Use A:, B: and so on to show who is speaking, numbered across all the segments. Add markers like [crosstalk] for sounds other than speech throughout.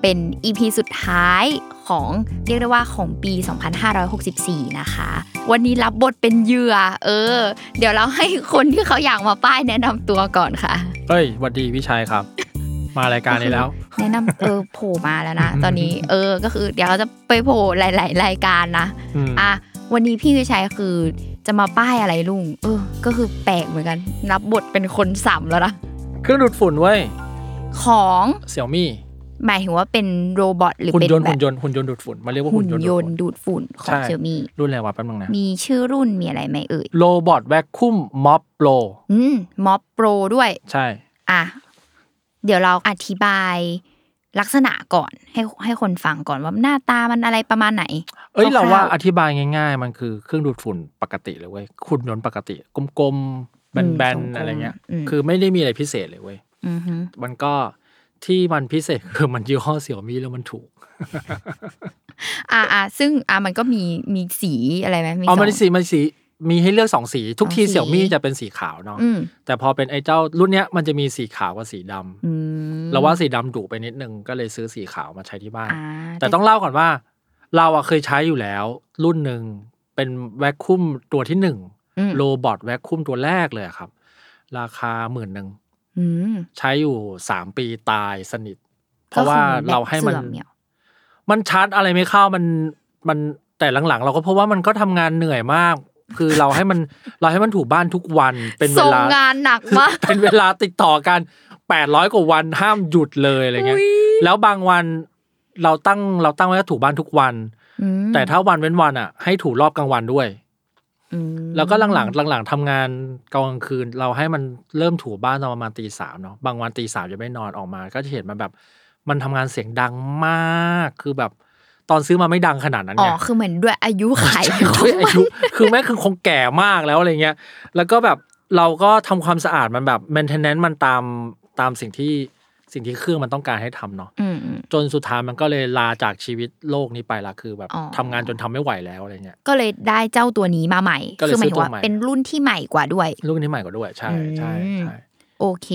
A: เป็น EP สุดท้ายของเรียกได้ว่าของปี 2564 นะคะ วันนี้รับบทเป็นเหยื่อ เออ เดี๋ยวเราให้คนที่เขาอยากมาป้ายแนะนำตัวก่อนค่ะ
B: เอ้ยหวัดดีพี่ชายครับ มารายการนี้แล้ว
A: แนะนำเออโผล่มาแล้วนะ
B: อืม
A: ตอนนี้เออก็คือเดี๋ยวเราจะไปโผล่หลาย ๆ รายการนะ
B: อืม
A: [laughs] อ่ะวันนี้พี่วิชัยคือจะมาป้ายอะไรลุง เออ ก็คือแปลกเหมือนกัน รับบทเป็นคนสามแล้วนะ
B: เครื่องดูดฝุ่นเว้ย
A: ของ
B: เสี่ยมี่
A: หมายถึงว่าเป็นโรบอทหรือ
B: หุ่น
A: เป็น
B: ยนต์
A: แบ
B: หุ่
A: บ
B: นยนต์หุ่นยนต์ดูดฝุ่นมาเรียกว่า
A: หุ่
B: หุ่
A: น
B: นยนต์
A: ย
B: ดูด
A: น
B: ฝุ่
A: ต์
B: น
A: ดูดฝุ่นของ
B: ใช่
A: เซมี
B: รุ่นอะไรวะแป๊บนึงนะ
A: มีชื่อรุ่นมีอะไรไหมเอ่ย
B: โรบอทแวคคุมม็อบโปร
A: อืมม็อบโปรด้วย
B: ใช่
A: อ่ะเดี๋ยวเราอธิบายลักษณะก่อนให้ให้คนฟังก่อนว่าหน้าตามันอะไรประมาณไหน
B: เอ้ย
A: ค
B: เรา
A: ร่าวๆ
B: ว่าอธิบายง่าย ๆ มันคือเครื่องดูดฝุ่นปกติเลยเว้ยหุ่นยนต์ปกติ กลมๆแบน
A: อืม
B: ๆอะไรเงี้ย
A: อืม
B: คือไม่ได้มีอะไรพิเศษเลยเว้ย
A: อือฮึ
B: มันก็ที่มันพิเศษ [laughs] คือมันยี่ห้อเสี่ยมี่แล้วมันถูก
A: อ่าอ่าซึ่งอ่ามันก็มีมีสีอะไรไหมมี
B: เอามัน
A: สอง
B: สีมันสีมีให้เลือกสองสี ทุก
A: สอง
B: ที
A: สี
B: เสี่ยมี่จะเป็นสีขาวเนาะ
A: อืม
B: แต่พอเป็นไอ้เจ้ารุ่นเนี้ยมันจะมีสีขาวกับสีดำ
A: อืม
B: เราว่าสีดำดุไปนิดนึงก็เลยซื้อสีขาวมาใช้ที่บ้าน
A: อ่า
B: แต่ต้องเล่าก่อนว่า เราอะเคยใช้อยู่แล้ว รุ่นหนึ่งเป็นแวคคุมตัวที่หนึ่ง
A: อืม
B: โรบอทแวคคุมตัวแรกเลยอะครับ ราคาหมื่นหนึ่ง
A: อืม
B: ใช้อยู่สามปีตายสนิท เพ
A: ก็คือ
B: ราะว่าเราให้มั
A: แบต
B: น
A: เสื่อมเนี่ย
B: มันชาร์จอะไรไม่เข้ามันมันแต่หลังๆ เราก็เพราะว่ามันก็ทำงานเหนื่อยมาก คือเราให้มันเราให้มันถูบ้านทุกวันเป็นเว
A: ส่ง
B: ลา
A: งานหนักมาก
B: เป็นเวลาติดต่อกัน 800 กว่าวันห้ามหยุดเลยอะไรเงี้ย แล้วบางวันเราตั้งเราตั้งไว้ว่าถูบ้านทุกวัน
A: อืม
B: แต่ถ้าวันเว้นวันอ่ะ ให้ถูรอบกลางวันด้วย
A: อืม
B: แล้วก็หลังๆหลังๆทำงานกลางคืน เราให้มันเริ่มถูบ้านตอนประมาณตีสามเนาะ บางวันตีสามจะไม่นอนออกมา ก็จะเห็นมันแบบ มันทำงานเสียงดังมาก คือแบบตอนซื้อมาไม่ดังขนาดนั้น
A: อ๋อ
B: ไง
A: คือเหมือนด้วยอายุขายขอ
B: ด้
A: ง
B: วยอา
A: มัน
B: ยุคือแม่คือคงแก่มากแล้วอะไรเงี้ย แล้วก็แบบเราก็ทำความสะอาดมันแบบ maintenance มันตามตามสิ่งที่สิ่งที่เครื่องมันต้องการให้ทำเนาะ
A: อืมอืม
B: จนสุดท้ายมันก็เลยลาจากชีวิตโลกนี้ไปละคือแบบ
A: อ๋อ
B: ทำงานจนทำไม่ไหวแล้วอะไรเงี้ย
A: ก็เลยได้เจ้าตัวนี้มาใหม่
B: ก็เลย
A: คืหมายถึง
B: ซื้อตัว
A: ว่า
B: ใหม่
A: เป็นรุ่นที่ใหม่กว่าด้วย
B: ลูกนี้ใหม่กว่าด้วย ใช่ใช่ใช่
A: โอเค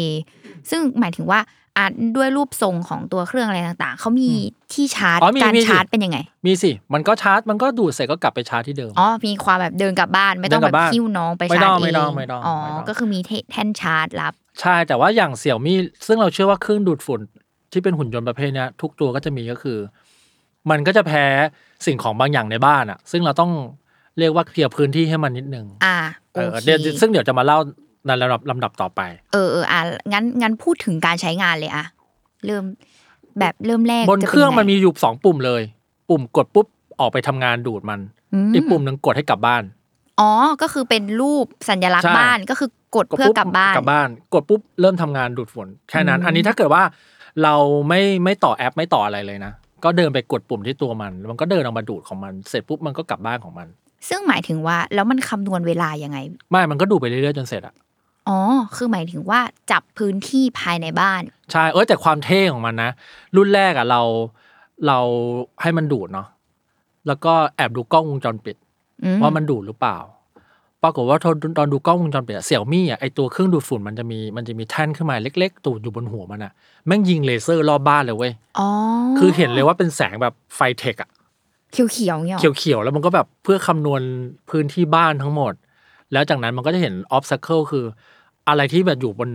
A: ซึ่งหมายถึงว่าอ่ะด้วยรูปทรงของตัวเครื่องอะไรต่างๆเขามีที่ชาร์จ
B: อ๋อมี
A: การ
B: มีสิ
A: ชาร์จเป็นยังไง
B: มีสิ มันก็ชาร์จ มันก็ดูดเสร็จก็กลับไปชาร์จที่เดิม
A: อ๋อ มีความแบบเดินกลับบ้านไม่ต้อง
B: เดินกลั
A: แบบ บ
B: บ้าน
A: คิ้วน้องไป
B: ไม่
A: ชา
B: ต้
A: ร์
B: อง
A: จ
B: ไม่
A: เอง
B: ต้องไม่ต้อง
A: อ๋อ
B: ไม่ต้อง
A: ก็คือมีแท่นชาร์จรับ
B: ใช่ แต่ว่าอย่างเสี่ยมี่ซึ่งเราเชื่อว่าเครื่องดูดฝุ่นที่เป็นหุ่นยนต์ประเภทเนี้ยทุกตัวก็จะมีก็คือ มันก็จะแพ้สิ่งของบางอย่างในบ้านอะซึ่งเราต้องเรียกว่าเคลียร์พื้นที่ให้มันนิดนึง
A: อ่าโอ
B: เออ
A: เค
B: เดี๋ยวซึ่งเดี๋ยวจะมาเล่าในลำดับลำดับต่อไป
A: เออเอออ่ะงั้นงั้นพูดถึงการใช้งานเลยอะเริ่มแบบเริ่มแรก
B: บน
A: จะป็
B: เครื่อง
A: ยัไ
B: มันมีอยู่สองปุ่มเลย ปุ่มกดปุ๊บออกไปทำงานดูดมัน
A: อืม
B: อีกปุ่มหนึ่งกดให้กลับบ้าน
A: อ๋อ ก็คือเป็นรูปสัญลักษ
B: ใช่
A: ณ์บ้านก็คือกดเพื่
B: ปุ๊
A: อกลับบ้าน
B: กลับบ้านกดปุ๊บเริ่มทำงานดูดฝุ่นแค่นั้น
A: อืม
B: อันนี้ถ้าเกิดว่าเราไม่ไม่ต่อแอปไม่ต่ออะไรเลยนะ ก็เดินไปกดปุ่มที่ตัวมันแล้วมันก็เดินออกมาดูดของมัน เสร็จปุ๊บมันก็กลับบ้านของมัน
A: ซึ่งหมายถึงว่าแล้วมันคำนวณเวลายังไง
B: ไม่มันก็ดูดไปเรื่อยๆจนเสร็จอะ
A: อ๋อ คือหมายถึงว่าจับพื้นที่ภายในบ้าน
B: ใช่เออแต่ความเท่ของมันนะ รุ่นแรกอะเราเราให้มันดูดเนาะแล้วก็แอบดูกล้องวงจรปิด
A: อืม
B: ว่ามันดูดหรือเปล่า ปรากฏว่าตอนดูกล้องวงจรปิดเสี่ยวมี่อะไอตัวเครื่องดูดฝุ่นมันจะมีมันจะมีแท่นขึ้นมาเล็ก ๆ ตูดอยู่บนหัวมันอะแม่งยิงเลเซอร์รอบบ้านเลยเว้ย
A: อ๋อ
B: คือเห็นเลยว่าเป็นแสงแบบไฟเทคอะ
A: เขียวเขียวๆเนี่ยหรอ
B: เขียวๆ แล้วมันก็แบบเพื่อคำนวณพื้นที่บ้านทั้งหมด แล้วจากนั้นมันก็จะเห็นออฟซัคเคิลคือ อะไรที่แบบอยู่บน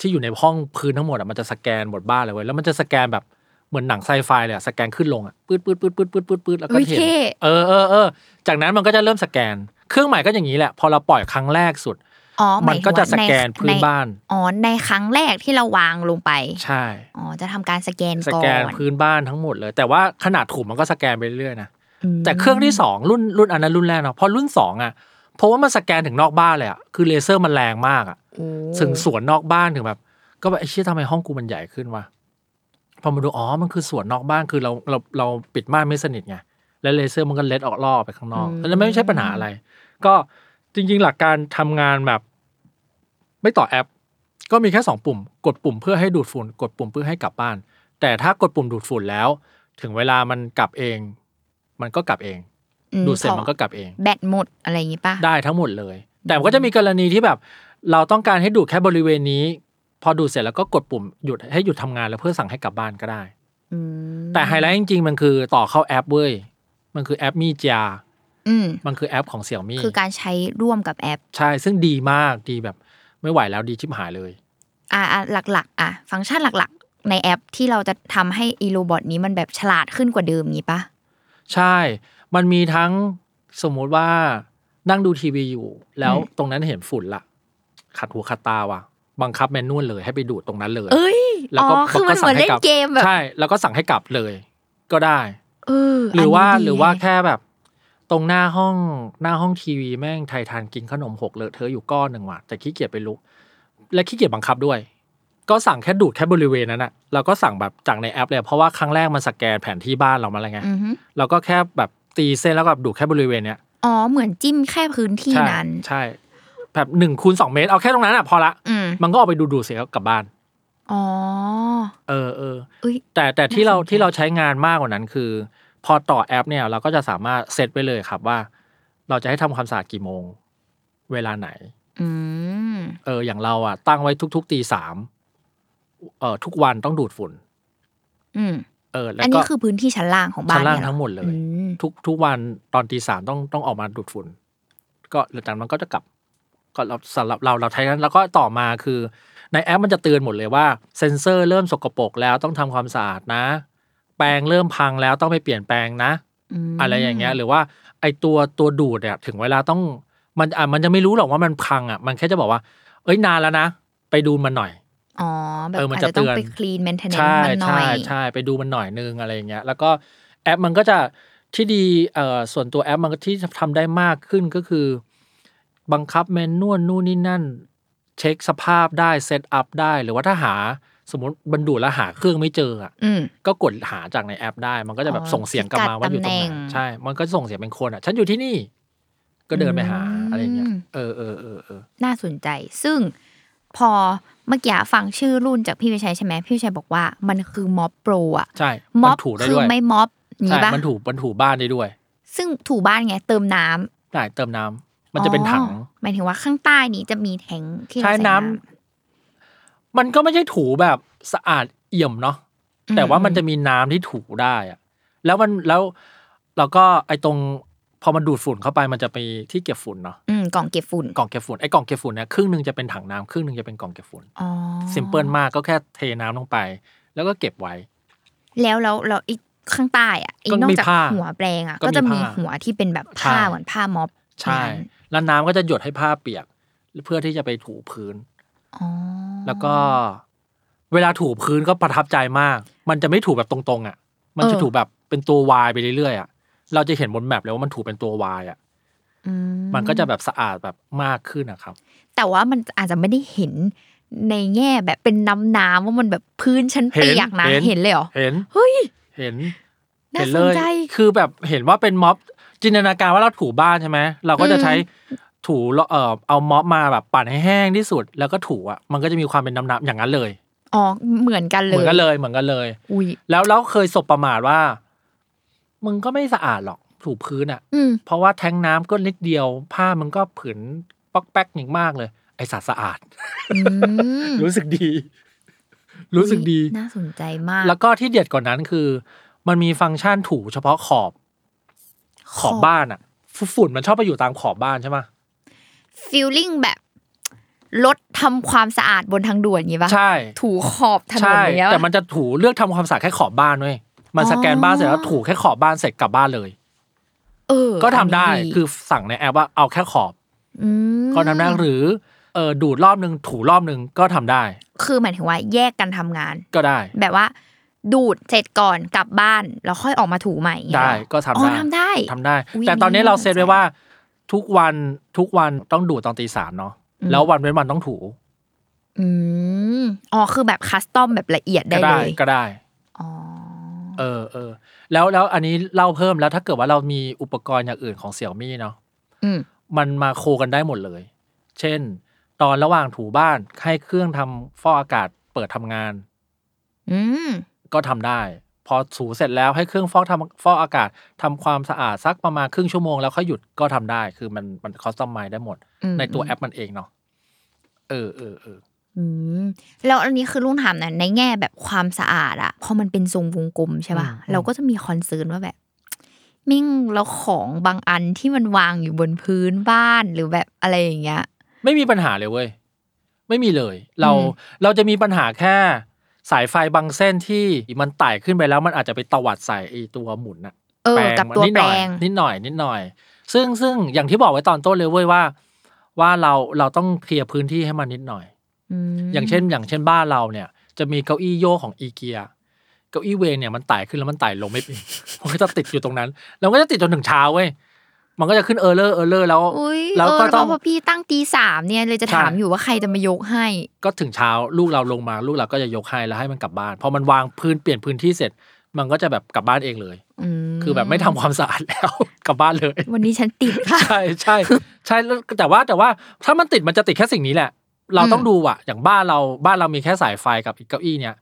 B: ที่อยู่ในห้องพื้นทั้งหมดอ่ะมันจะสแกนหมดบ้านเลยเว้ยแล้วมันจะสแกนแบบเหมือนหนังไซไฟเลยอ่ะสแกนขึ้นลงอ่ะปื๊ดปื๊ดปื๊ดปื๊ดปื๊ดปื๊ดปื๊ดแล้วก็
A: เฮ้ย
B: เห็น
A: เท่
B: เออเออเออจากนั้นมันก็จะเริ่มสแกน เครื่องหมายก็อย่างนี้แหละ พอเราปล่อยครั้งแรกสุด
A: อ๋อห
B: มั
A: มาย
B: น
A: ถึง
B: ก็จะส
A: ว่า
B: แกนพื้น
A: ใ
B: บ้าน
A: อ๋อในครั้งแรกที่เราวางลงไป
B: ใช่
A: อ๋อจะทำการสแกน
B: ส
A: ก่อน
B: แกนพื้นบ้านทั้งหมดเลย แต่ว่าขนาดถุงมันก็สแกนไปเรื่อยๆนะ
A: อืม
B: แต่เครื่องที่สองรุ่นรุ่นอันนั้นรุ่นแรกเนาะพอรุ่นสองอ่ะเพราะว่ามันสแกนถึงนอกบ้านเลยอ่ะคือเลเซอร์มันแรงมากอ่ะ
A: โอ้
B: ถึงสวนนอกบ้านถึงแบบ ก็แบบไอ้เชี่ยทำไมห้องกูมันใหญ่ขึ้นวะพอมาดูอ๋อมันคือสวนนอกบ้านคือเราเราเราปิดม่านไม่สนิทไงแล้วเลเซอร์มันก็เล็ดออกล่อไปข้างนอก
A: อืม
B: แล้วไม่ใช่ปัญหาอะไร ก็จริง ๆ หลักการทำงานแบบ ไม่ต่อแอป ก็มีแค่สองปุ่ม กดปุ่มเพื่อให้ดูดฝุ่นกดปุ่มเพื่อให้กลับบ้าน แต่ถ้ากดปุ่มดูดฝุ่นแล้ว ถึงเวลามันกลับเอง มันก็กลับเอง
A: อื
B: ดูดเสร็จ
A: พอ
B: มันก็กลับเอง
A: แบตหมดอะไรอย่างงี้ป่ะ
B: ได้ทั้งหมดเลย แต่มันก็จะมีกรณีที่แบบ เราต้องการให้ดูดแค่บริเวณนี้ พอดูดเสร็จแล้วก็กดปุ่มหยุดให้หยุดทำงานแล้วเพื่อสั่งให้กลับบ้านก็ได้
A: อืม
B: แต่ไฮไลท์จริงๆ มันคือต่อเข้าแอปเว้ยมันคือแอปมีจา
A: อืม
B: มันคือแอปของเสี่ยมี่
A: คือการใช้ร่วมกับแอป
B: ใช่ซึ่งดีมากดีแบบไม่ไหวแล้วดีชิบหายเลย
A: อ่าอ่ะหลัก ๆ อ่ะ ฟังก์ชันหลักๆ ในแอปที่เราจะทำให้อีโรบอทนี้มันแบบฉลาดขึ้นกว่าเดิมงี้ป่ะ
B: ใช่ มันมีทั้งสมมุติว่านั่งดูทีวีอยู่ แล้ว
A: อืม
B: ตรงนั้นเห็นฝุ่นละขัดหูขัดตาว่ะ บังคับแมนนวลเลยให้ไปดูดตรงนั้นเลย
A: เอ้ย
B: แล้ว
A: อ๋อ
B: ก็
A: คือมันเหมือน
B: สั่งให้
A: เล่นเกมแบบ
B: ใช่ แล้วก็สั่งให้กลับเลยก็ได้
A: เออ
B: หรือว่า
A: อันนี้ดี
B: หรือว่า
A: แฮะ
B: แค่แบบ ตรงหน้าห้องหน้าห้องทีวีแม่งไทยทานกินขนมหกเลอะเทอะอยู่ก้อนหนึ่งว่ะแต่ขี้เกียจไปลุกและขี้เกียจบังคับด้วย ก็สั่งแค่ดูดแค่บริเวณนั้นอะเราก็สั่งแบบจากในแอปเลยเพราะว่าครั้งแรกมันสแกนแผนที่บ้านเรามาแล้วไง
A: อือฮึ
B: เราก็แค่แบบตีเส้นแล้วก็แบบดูดแค่บริเวณเนี้ย
A: อ๋อเหมือนจิ้มแค่พื้นที่
B: ใช่
A: นั้น
B: ใช่แบบหนึ่งคูณสองเมตรเอาแค่ตรงนั้นอะพอละ
A: อืม
B: มันก็ออกไปดูดูดเสร็จแล้วกลับบ้าน
A: อ๋อ
B: เออเออ
A: เอ้ย
B: แต่แต่ที่เรา
A: น่าสนใจ
B: ที่เราใช้งานมากกว่านั้นคือ พอต่อแอปเนี่ยเราก็จะสามารถเซตไปเลยครับว่า เราจะให้ทำความสะอาดกี่โมง เวลาไหน
A: อืม
B: เอออย่างเราอ่ะตั้งไว้ทุก ๆ ตีสามเออทุกวันต้องดูดฝุ่น
A: อืม
B: เออแล้ว
A: อัน
B: ก็
A: นี้คือพื้นที่ชั้นล่างของบ้า
B: ชั้
A: น
B: นล่าง
A: เนี่ยเรอ
B: ทั้งหมดเลย
A: อืม
B: ทุกทุกวันตอนตีสามต้องต้องออกมาดูดฝุ่น ก็หลังจากนั้นก็จะกลับ ก็เราสำหรับเราเราใช้นั้นแล้วก็ต่อมาคือ ในแอปมันจะเตือนหมดเลยว่าเซ็นเซอร์เริ่มสกปรกแล้วต้องทำความสะอาดนะ แปรงเริ่มพังแล้วต้องไปเปลี่ยนแปลงนะ
A: ม
B: อะไรอย่างเงี้ยหรือว่าไอตัวตัวดูดเนี่ยถึงเวลาต้องมันอ่ะมันจะไม่รู้หรอกว่ามันพังอ่ะมันแค่จะบอกว่า เอ้ยนานแล้วนะ ไปดูมันหน่อย
A: อ๋อ แบบ
B: เออมัน
A: อาจ
B: จะ
A: จะต้อง
B: เตือน
A: ไปคลีนแมนเทนแนนซ์
B: ใช่
A: มันหน่อ
B: ใช่
A: ย
B: ใช่ไปดูมันหน่อยนึงอะไรอย่างเงี้ยแล้วก็แอปมันก็จะที่ดีเอ่อส่วนตัวแอปมันก็ที่ทำได้มากขึ้นก็คือ บังคับเมนนวลนู่นนี่นั่น เช็คสภาพได้เซตอัพได้ หรือว่าถ้าหาสมมติบรรดูดแล้วหาเครื่องไม่เจออ่ะ
A: อืม
B: ก็กดหาจากในแอปได้ มันก็จะแบบ
A: อ๋อ
B: ส่งเสียงกลับมาว่าอยู่ตรงไห
A: พิกัดตำแหน่
B: น
A: ง
B: ใช่ มันก็ส่งเสียงเป็นคนอ่ะ ฉันอยู่ที่นี่ ก็เดินไปหา
A: อืม
B: อะไรอย่างเงี้ย เออเออเออเออ
A: น่าสนใจ ซึ่งพอเมื่อกี้ฟังชื่อรุ่นจากพี่วิชัยใช่ไหมพี่วิชัยบอกว่ามันคือม็อบโปรอะ
B: ใช่
A: ม็
B: มั
A: อบ
B: ถูได้
A: คื
B: ด้วย
A: ไม่ม็อบนี่
B: ใช่
A: ปะ
B: มันถูมันถูบ้านได้ด้วย
A: ซึ่งถูบ้านไงเติมน้ำ
B: ได้เติมน้ำ มันจะเป็นถัง
A: อ๋อหมายถึงว่าข้างใต้นี้จะมีแทงค์ที่เรา
B: ใช้น้ำ มันก็ไม่ใช่ถูแบบสะอาดเอี่ยมเนาะ
A: อื
B: แต่ว่ามันจะมีน้ำที่ถูได้อะแล้วมันแล้วแล้วก็ไอ้ตรงพอมันดูดฝุ่นเข้าไป มันจะไปที่เก็บฝุ่นเนาะ
A: อืมกล่องเก็บฝุ่น
B: กล่องเก็บฝุ่น ไอ้กล่องเก็บฝุ่นเนี่ยครึ่งหนึ่งจะเป็นถังน้ำครึ่งหนึ่งจะเป็นกล่องเก็บฝุ่น
A: อ๋อ
B: ซิมเพิลมากก็แค่เทน้ำลงไป แล้วก็เก็บไว้
A: แล้วแล้วแล้วไอีข้างใต้อะไอี
B: ก็
A: นอก
B: มี
A: จาก
B: ผ้า
A: หัวแปลงอะ
B: ก็มี
A: ก็จะมี
B: ผ้า
A: หัวที่เป็นแบบผ้า
B: ใช่
A: เหมือนผ้าม็อบ
B: ใช่
A: นั้น
B: แล้วน้ำก็จะหยดให้ผ้าเปียก เพื่อที่จะไปถูพื้น
A: อ๋อ
B: แล้วก็ เวลาถูพื้นก็ประทับใจมาก มันจะไม่ถูแบบตรงๆ อ่ะ มันจะ
A: เออ
B: ถูแบบเป็นตัววายไปเรื่อยๆอ่ะเราจะเห็นบนแมปเลยว่ามันถูเป็นตัววายอ่ะ
A: อืม
B: มันก็จะแบบสะอาดแบบมากขึ้นนะครับ
A: แต่ว่ามันอาจจะไม่ได้เห็นในแง่แบบเป็นน้ำน้ำๆว่ามันแบบพื้นชั้นเปียกนะ
B: เห็น
A: เห็นเลยเหรอ
B: เห็น
A: เฮ้ย
B: เห็น
A: น่า
B: เห็น
A: ส
B: เล
A: น
B: ย
A: ใจ
B: คือแบบเห็นว่าเป็นม็อบจินตนาการว่าเราถูบ้านใช่ไหมเราก็จะใช้ถูเอ่อเอาม็อบมาแบบปั่นให้แห้งที่สุด แล้วก็ถูอ่ะมันก็จะมีความเป็นน้ำๆอย่างนั้นเลย
A: อ๋อ เหมือนกัน
B: เห
A: เล
B: มือย นกันเลยเหมือนกันเลย
A: อุ้ย
B: แล้วเราเคยสบประมาทว่า มึงก็ไม่สะอาดหรอกถูพื้นอ่ะ
A: อืม
B: เพราะว่าแทงน้ำก็นิดเดียว ผ้ามันก็ผืน ป๊อกแป๊กอย่างมากเลย ไอสัตว์สะอาด
A: อืม
B: รู้สึกดี
A: [laughs]
B: รู้สึกดี
A: น่าสนใจมาก
B: แล้วก็ที่เด็ดกว่านั้นคือ มันมีฟังก์ชันถูเฉพาะขอบขอบบ้านอะฝุ่นมันชอบไปอยู่ตามขอบบ้านใช่ไหม
A: ฟีลลิ่งแบบรถทำความสะอาดบนทางด่วนอย่างงี้ปะ
B: ใช่
A: ถูขอบถนน
B: ใช่
A: อย่างเงี้ยปะ
B: แต่มันจะถูเลือกทำความสะอาดแค่ขอบบ้านเว้ยมันสแกนบ้านเสร็
A: [gasps]
B: จแล้ว
A: อ๋อ
B: ถูแค่ขอบบ้านเสร็จกลับบ้านเลย
A: เออ
B: ก็ทำได้
A: อันนี้
B: คือสั่งในแอปว่าเอาแค่ขอบ
A: ม
B: ก็ทำได้หรือเออดูดรอบนึงถูรอบนึงก็ทำได้
A: คือหมายถึงว่าแยกกันทำงาน
B: ก็ได้
A: แบบว่า ดูดเสร็จก่อนกลับบ้านแล้วค่อยออกมาถูใหม่อย่างเงี้ย
B: ได้
A: เหรอ
B: ก็ทำ
A: อ๋อ
B: ได้
A: ทำได้
B: ทำได้
A: อุ๊ย
B: แต่ตอนนี้
A: อันนี้
B: เราเซตไว้ว่า ทุกวันทุกวันต้องดูดตอนตีสามเนาะ
A: อืม
B: แล้ววันเว้นวันต้องถู
A: อืมอ๋อคือแบบคัสตอมแบบละเอียด
B: ก็
A: ได้เล
B: ได้
A: ย
B: ก็ได้
A: อ๋อ
B: เออเออแล้วแล้วอันนี้เล่าเพิ่มแล้วถ้าเกิดว่าเรามีอุปกรณ์อย่างอื่นของเสี่ยวมี่เนาะ
A: อืม
B: มันมาโคกันได้หมดเลย เช่น ตอนระหว่างถูบ้านให้เครื่องทำฟอกอากาศเปิดทำงาน
A: อืม
B: ก็ทำได้ พอถูเสร็จแล้วให้เครื่องฟอกทำฟอกอากาศทำความสะอาดสักประมาณครึ่งชั่วโมงแล้วค่อยหยุดก็ทำได้ คือมันมันคอสตอมไมได้หมด
A: อืม
B: ในตัวแอปมันเองเนาะเออเออเออ
A: อืมแล้วอันนี้คือลุงถามนะในแง่แบบความสะอาดอะพอมันเป็นทรงวงกลมใช่ป่ะเราก็จะมีคอนเซิร์นว่าแบบมิ่งแล้วของบางอันที่มันวางอยู่บนพื้นบ้านหรือแบบอะไรอย่างเงี้ย
B: ไม่มีปัญหาเลยเว้ย ไม่มีเลย เรา
A: อืม
B: เราจะมีปัญหาแค่สายไฟบางเส้นที่มันไต่ขึ้นไปแล้วมันอาจจะไปตวัดใส่ไอตัวหมุนอะ
A: เออ
B: แปลง
A: กับ
B: มัน
A: ตัว
B: นิด
A: แป
B: ห
A: ล
B: น่อย
A: ง
B: นิดหน่อยนิดหน่อย ซึ่งซึ่งอย่างที่บอกไว้ตอนต้นเลยเว้ยว่า ว่าเราเราต้องเคลียร์พื้นที่ให้มันนิดหน่อย
A: ม
B: อย่างเช่น อย่างเช่นบ้านเราเนี่ย จะมีเก้าอี้โยกของอีเกียเก้าอี้เวงเนี่ยมันไต่ขึ้นแล้วมันไต่ลงไม่เป็น [laughs] มันก็จะติดอยู่ตรงนั้น แล้วมันก็จะติดจนถึงเช้าเว้ยมันก็จะขึ้นเออเลอร์เออเลอร์แล้ว
A: อุ้ย
B: แล้ว
A: เออ
B: ก็
A: แล้ว
B: ต้
A: ก็
B: อง
A: พอพี่ตั้งตีสามเนี่ยเลยจะ
B: ใช่
A: ถามอยู่ว่าใครจะมายกให้
B: ก็ถึงเช้าลูกเราลงมาลูกเราก็จะยกให้แล้วให้มันกลับบ้านพอมันวางพื้นเปลี่ยนพื้นที่เสร็จ มันก็จะแบบกลับบ้านเองเลย
A: อืม
B: คือแบบไม่ทำความสะอาดแล้ว [laughs] กลับบ้านเลย
A: วันนี้ฉันติด
B: [laughs]
A: ค่ะ
B: ใช่ใช่ใช่แล้วแต่ว่าแต่ว่าถ้ามันติดมันจะติดแค่สิ่งนี้แหละ เราต้องดูอะอย่างบ้านเราบ้านเรามีแค่สายไฟกับอีกเก้าอี้เนี่ย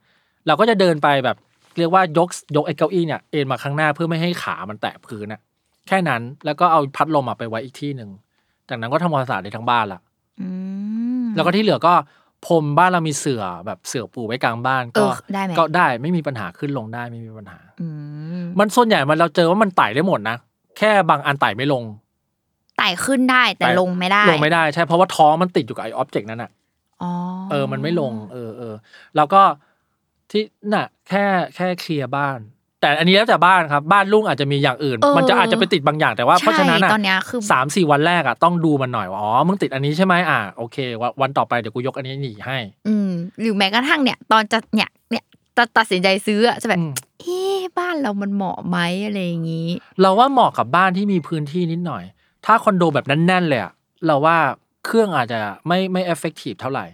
B: เราก็จะเดินไปแบบเรียกว่ายกยกไอ้เก้าอี้เนี่ยเอ็นมาข้างหน้าเพื่อไม่ให้ขามันแตะพื้นอะแค่นั้นแล้วก็เอาพัดลมอะไปไว้อีกที่หนึ่งจากนั้นก็ทำความสะอาดในทั้งบ้านละ
A: อืม
B: แล้วก็ที่เหลือก็พรมบ้านเรามีเสื่อแบบเสื่อปูไว้กลางบ้าน
A: เอ
B: ก็
A: อได้ไหม
B: ก็ได้ไม่มีปัญหาขึ้นลงได้ไม่มีปัญหา
A: อืม
B: มันส่วนใหญ่มันเราเจอว่ามันไต่ได้หมดนะแค่บางอันไต่ไม่ลง
A: ไต่ขึ้นได้แต่
B: ไต่
A: ลงไม่ได้
B: ลงไม่ได้ใช่เพราะว่าท้องมันติดอยู่กับไอ้ออบเจกต์นั้นอ่ะ
A: อ๋อ
B: เออมันไม่ลงเออเออแล้วก็ที่น่ะแค่แค่เคลียร์บ้าน แต่อันนี้แล้วแต่บ้านครับ บ้านลุงอาจจะมีอย่างอื่น
A: เ
B: มันจะอาจจะไปติดบางอย่างแต่ว่าเพราะฉะนั้น
A: ใช่
B: อ่ะ
A: ตอนเนี้ยคือ
B: สามสี่วันแรกอ่ะต้องดูมันหน่อยว่าอ๋อมึงติดอันนี้ใช่ไหมอ่ะโอเควะวันต่อไปเดี๋ยวกูยกอันนี้หนีให้
A: อืมหรือแม้กระทั่งเนี่ย ตอนจะเนี่ยเนี่ยจะตัดสินใจซื้ออะจะแบบ
B: อืม
A: เอ๊ะบ้านเรามันเหมาะไหมอะไรอย่างนี้
B: เราว่าเหมาะกับบ้านที่มีพื้นที่นิดหน่อย ถ้าคอนโดแบบแน่นๆเลยอ่ะเราว่าเครื่องอาจจะไม่ไม่เอฟเฟกตีฟเท่าไหร่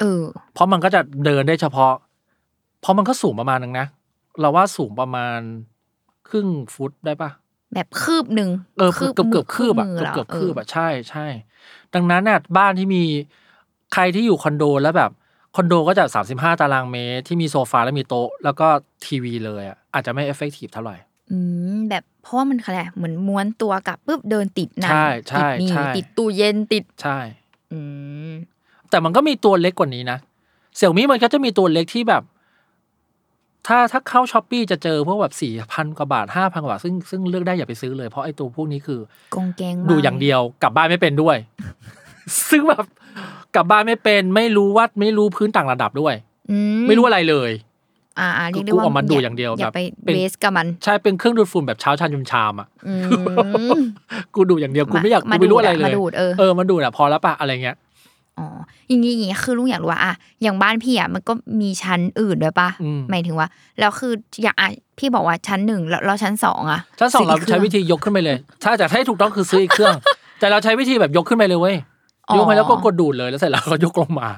A: เออ
B: เพราะมันก็จะเดินได้เฉพาะ เพราะมันก็สูงประมาณนึงนะ เราว่าสูงประมาณครึ่งฟุตได้ปะ
A: แบบคืบหนึ่ง
B: เออเกือบเกือบคืบอะ
A: มื
B: เกือบ
A: หร
B: เกือบ
A: เ
B: คืบอะใช่ใช่ดังนั้นน่ะบ้านที่มีใครที่อยู่คอนโดแล้วแบบคอนโดก็จะ35 ตารางเมตรที่มีโซฟาและมีโต๊ะ แล้วก็ทีวีเลยอะอาจจะไม่เอฟเฟกตีฟเท่าไหร่
A: อืมแบบเพราะว่ามันอะไรเหมือนม้วนตัวกลับปุ๊บเดินติดหนั
B: ใช่
A: ง
B: ใช่
A: ติดนี่
B: ใช่
A: ติดตู้เย็นติด
B: ใช่
A: อืม
B: แต่มันก็มีตัวเล็กกว่านี้นะเสี่ยมี่มันก็จะมีตัวเล็กที่แบบ ถ้าถ้าเข้าช้อปปีจะเจอพวกแบบสี่พันกว่าบาทห้าพันกว่าบาทซึ่งซึ่งเลือกได้อย่าไปซื้อเลยเพราะไอ้ตัวพวกนี้คือก
A: องแกงม
B: ดูอย่างเดียวกลับบ้านไม่เป็นด้วย [laughs] ซึ่งแบบกลับบ้านไม่เป็น ไม่รู้วัดไม่รู้พื้นต่างระดับด้วย
A: อื
B: ไม่รู้อะไรเลย
A: อ่าอ่าเรียกได้
B: กู
A: ว่า
B: ออกมาดูอย่างเดียว
A: อย่า
B: แบบ
A: ไป
B: เป็น
A: เวสกับมัน
B: ใช่เป็นเครื่องดูดฝุ่นแบบเช้าชานยุมชามอ่ะ
A: อืม
B: กูดูอย่างเดี [laughs] ยวกูไม่อยากกู
A: า
B: ไม่รู้อะไร
A: ดูด
B: เลย
A: มาดูดเออ
B: เออมันดูดอ่ะพอแล้วปะอะไรเงี้ย
A: อ๋ออย่างงี้อย่างงี้คือลุงอยากรู้ว่าอะอย่างบ้านพี่อะมันก็มีชั้นอื่นด้วยปะ
B: อืม
A: หมายถึงว่าแล้วคืออย่างอะพี่บอกว่าชั้นหนึ่งแล้วแล้วชั้นสองอะ
B: ชั้นสองเรา
A: ค
B: ใช้วิธียกขึ้นไปเลย ถ้าจะให้ถูกต้องคือซื้ออีก
A: [laughs]
B: เครื่อง แต่เราใช้วิธีแบบยกขึ้นไปเลยเว้ย ยกมาแล้วก็กดดูดเลยแล้วเสร็จแล้วก็ยกลงมา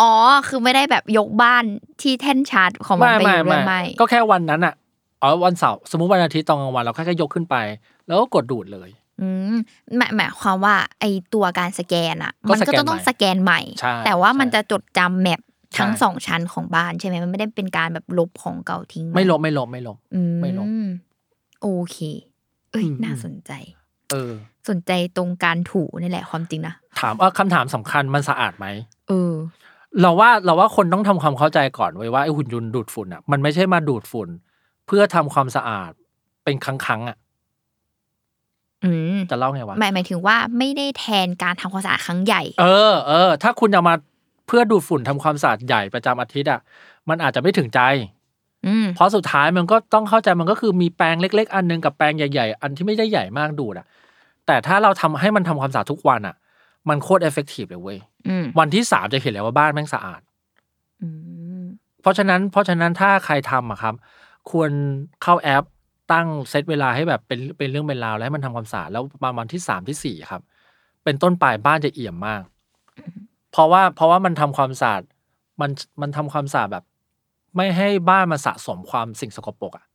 A: อ๋อคือไม่ได้แบบยกบ้านที่แท่นชาร์จของมันไปอยู่ด้วยไม่
B: ก็แค่วันนั้นอ่ะอ๋อวันเสาร์สมมุติวันอาทิตย์ตอนกลางวันเราแค่แค่ยกขึ้นไป แล้วก็กดดูดเลย
A: อืมหมายหมายความว่าไอตัวการสแกนอะ
B: ก็
A: มัน
B: ส
A: ก็
B: แกน
A: จะต้อง
B: ใหม่
A: สแกนใหม่
B: ใช่
A: แต่ว่ามัน
B: ใช่
A: จะจดจำแมปทั้ง
B: ใช่
A: สองชั้นของบ้านใช่ไหมมันไม่ได้เป็นการแบบลบของเก่าทิ้ง
B: ไม่ลบไม่ลบไม่ลบ
A: อื
B: ไม่ลบ
A: โอเค เอ้ย
B: อืม
A: น่าสนใจ
B: เออ
A: สนใจตรงการถูนี่แหละความจริงนะ
B: ถามว่าคำถามสำคัญมันสะอาดไหม
A: เออ
B: เราว่าเราว่าคนต้องทำความเข้าใจก่อนเว้ยว่าไอ้หุ่นยนต์ดูดฝุ่นอ่ะมันไม่ใช่มาดูดฝุ่น เพื่อทำความสะอาดเป็นครั้งๆอ่ะ
A: อืม
B: จะเล่าไงวะ
A: หมายหมายถึงว่าไม่ได้แทนการทำความสะอาดครั้งใหญ่
B: เออเออถ้าคุณจะมาเพื่อดูดฝุ่นทำความสะอาดใหญ่ประจำอาทิตย์อ่ะมันอาจจะไม่ถึงใจ
A: อืม
B: เพราะสุดท้ายมันก็ต้องเข้าใจมันก็คือมีแปรงเล็ก ๆ อันหนึงกับแปรงใหญ่ ๆ อันที่ไม่ได้ใหญ่มากดูดอ่ะ แต่ถ้าเราทำให้มันทำความสะอาดทุกวันอ่ะ มันโคตรเอฟเฟกตีฟเลยเว้ย
A: อืม
B: วันที่สามจะเห็นเลยว่าบ้านแม่งสะอาด
A: อืม
B: เพราะฉะนั้นเพราะฉะนั้นถ้าใครทำอะครับ ควรเข้าแอปตั้งเซตเวลาให้แบบเป็นเป็นเรื่องเป็นราวแล้วให้มันทำความสะอาดแล้วประมาณวันที่สามที่สี่ครับ เป็นต้นไปบ้านจะเอี่ยมมาก เพราะว่าเพราะว่ามันทำความสะอาดมันมันทำความสะอาดแบบ ไม่ให้บ้านมันสะสมความสิ่งสกปรกอ่ะ